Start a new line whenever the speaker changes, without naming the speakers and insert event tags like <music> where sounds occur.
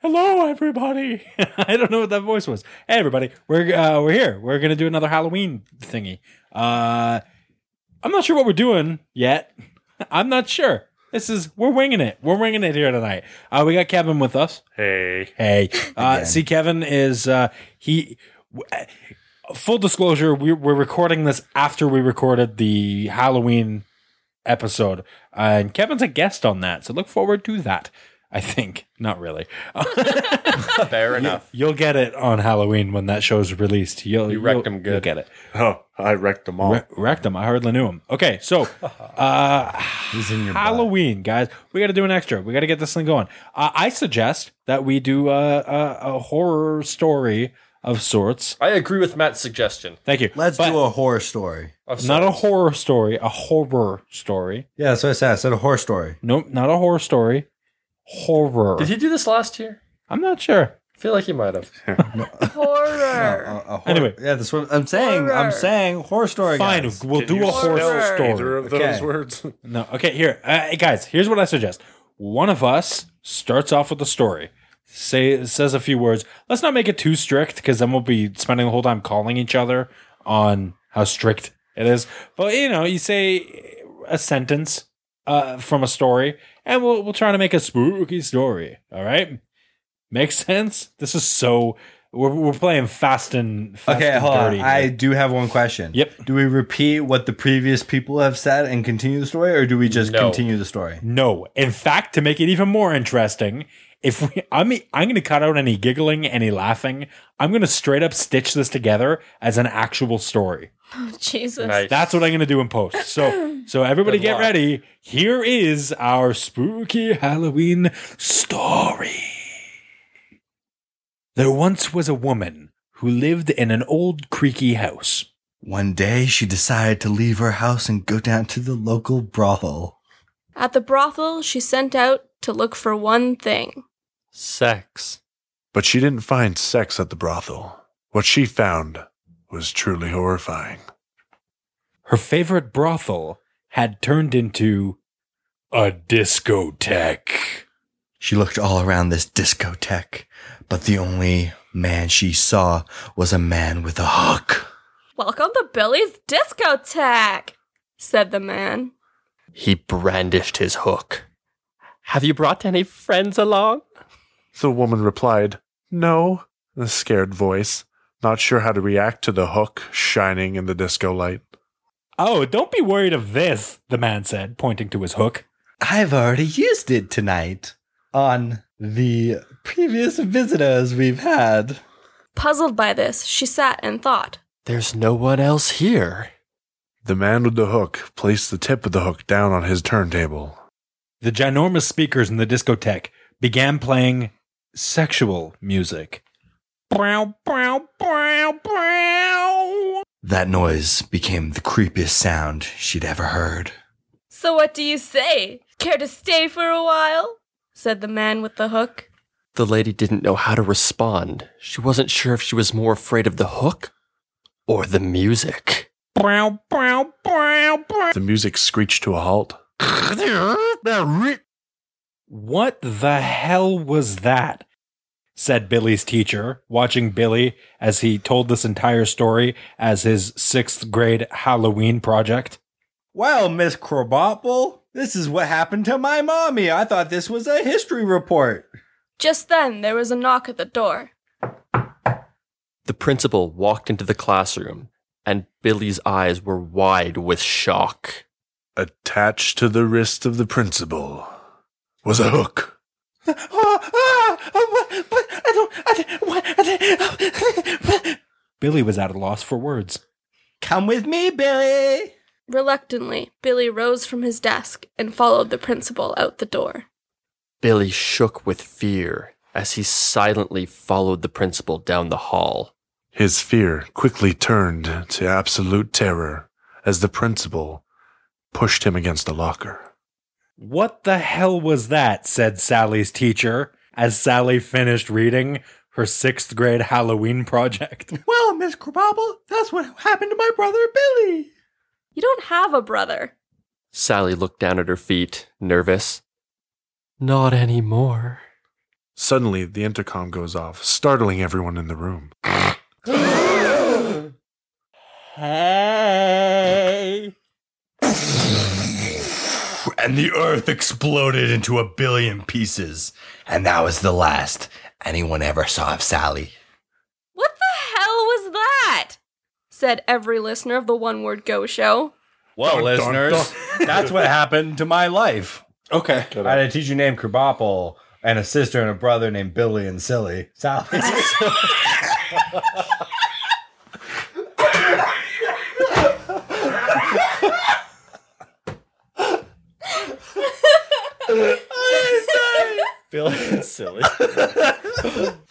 hello everybody. <laughs> I don't know what that voice was. Hey everybody, we're uh, we're here. We're gonna do another Halloween thingy. Uh, I'm not sure what we're doing yet. <laughs> I'm not sure. This is we're winging it. We're winging it here tonight. Uh, we got Kevin with us.
Hey.
Hey, uh, see, Kevin is uh, he. w- uh, Full disclosure: we're, we're recording this after we recorded the Halloween episode, Uh, and Kevin's a guest on that, so look forward to that. I think not really.
Fair enough.
You'll get it on Halloween when that show's released. You'll
You wrecked
you'll-
him good.
You'll get it.
Oh, I wrecked them all.
Re- wrecked him. I hardly knew him. Okay,
<laughs>
so uh,
He's in your
Halloween, guys. We got to do an extra. We got to get this thing going. Uh, I suggest that we do a, a, a horror story of sorts.
I agree with Matt's suggestion.
Thank you.
<laughs> Let's
But
do a horror story.
Of
not a
sorts.
horror story, a horror story.
Yeah, that's what I said. I said a horror story.
Nope, not a horror story. Horror.
Did he do this last year?
I'm not sure.
I feel like he might have.
Horror. <laughs>
a horror,
Anyway.
yeah, that's what I'm saying. I'm
Horror.
saying horror story.
Fine,
guys.
we'll do a horror
spell
story.
Either of
Okay.
those words. <laughs>
No. Okay, here. Uh, hey, guys, here's what I suggest. One of us starts off with a story. Say says a few words. Let's not make it too strict cuz then we'll be spending the whole time calling each other on how strict it is. But you know, you say a sentence uh, from a story and we'll we'll try to make a spooky story, all right? Makes sense? This is so we're, we're playing fast and fast
Okay,
and
hold on.
dirty.
I do have one question.
Yep.
Do we repeat what the previous people have said and continue the story, or do we just
No.
continue the story?
No. In fact, to make it even more interesting, if we, I'm I'm going to cut out any giggling, any laughing. I'm going to straight up stitch this together as an actual story.
Oh, Jesus.
Nice.
That's what I'm going to do in post.
<clears throat>
So so everybody
Good
get
luck.
ready. Here is our spooky Halloween story. There once was a woman who lived in an old creaky house.
One day, she decided to leave her house and go down to the local brothel.
At the brothel, she sent out to look for one thing.
Sex.
But she didn't find sex at the brothel. What she found was truly horrifying.
her favorite brothel had turned into a discotheque.
She looked all around this discotheque, but the only man she saw was a man with a hook.
Welcome to Billy's discotheque, said the man.
He brandished his hook. Have you brought any friends along?
The woman replied, No, in a scared voice, not sure how to react to the hook shining in the disco light.
Oh, don't be worried of this, the man said, pointing to his hook.
I've already used it tonight on the previous visitors we've had.
Puzzled by this, she sat and thought.
There's no one else here.
The man with the hook placed the tip of the hook down on his turntable.
The ginormous speakers in the discotheque began playing sexual music. Brow, brow, brow, brow.
That noise became the creepiest sound she'd ever heard.
So what do you say? Care to stay for a while? said the man with the hook.
The lady didn't know how to respond. She wasn't sure if she was more afraid of the hook or the music.
Brow, brow, brow, brow.
The music screeched to a halt.
What the hell was that? said Billy's teacher, watching Billy as he told this entire story as his sixth grade Halloween project.
Well, Miss Krabappel, this is what happened to my mommy. I thought this was a history report.
Just then, there was a knock at the door.
The principal walked into the classroom, and Billy's eyes were wide with shock.
Attached to the wrist of the principal was a hook.
Ah,
Billy was at a loss for words.
Come with me, Billy.
Reluctantly, Billy rose from his desk and followed the principal out the door.
Billy shook with fear as he silently followed the principal down the hall.
His fear quickly turned to absolute terror as the principal pushed him against a locker.
What the hell was that? said Sally's teacher as Sally finished reading her sixth grade Halloween project.
Well, Miss Krabappel, that's what happened to my brother Billy.
You don't have a brother.
Sally looked down at her feet, nervous. Not anymore.
Suddenly, the intercom goes off, startling everyone in the room.
Hey.
And the earth exploded into a billion pieces. And that was the last anyone ever saw of Sally.
What the hell was that? said every listener of the One Word Go show.
Well,
Dun, dun,
listeners, <laughs> that's what happened to my life.
Okay.
I had a teacher named Krabappel and a sister and a brother named Billy and Silly.
<laughs>
Sally. Billy and Silly.
Oh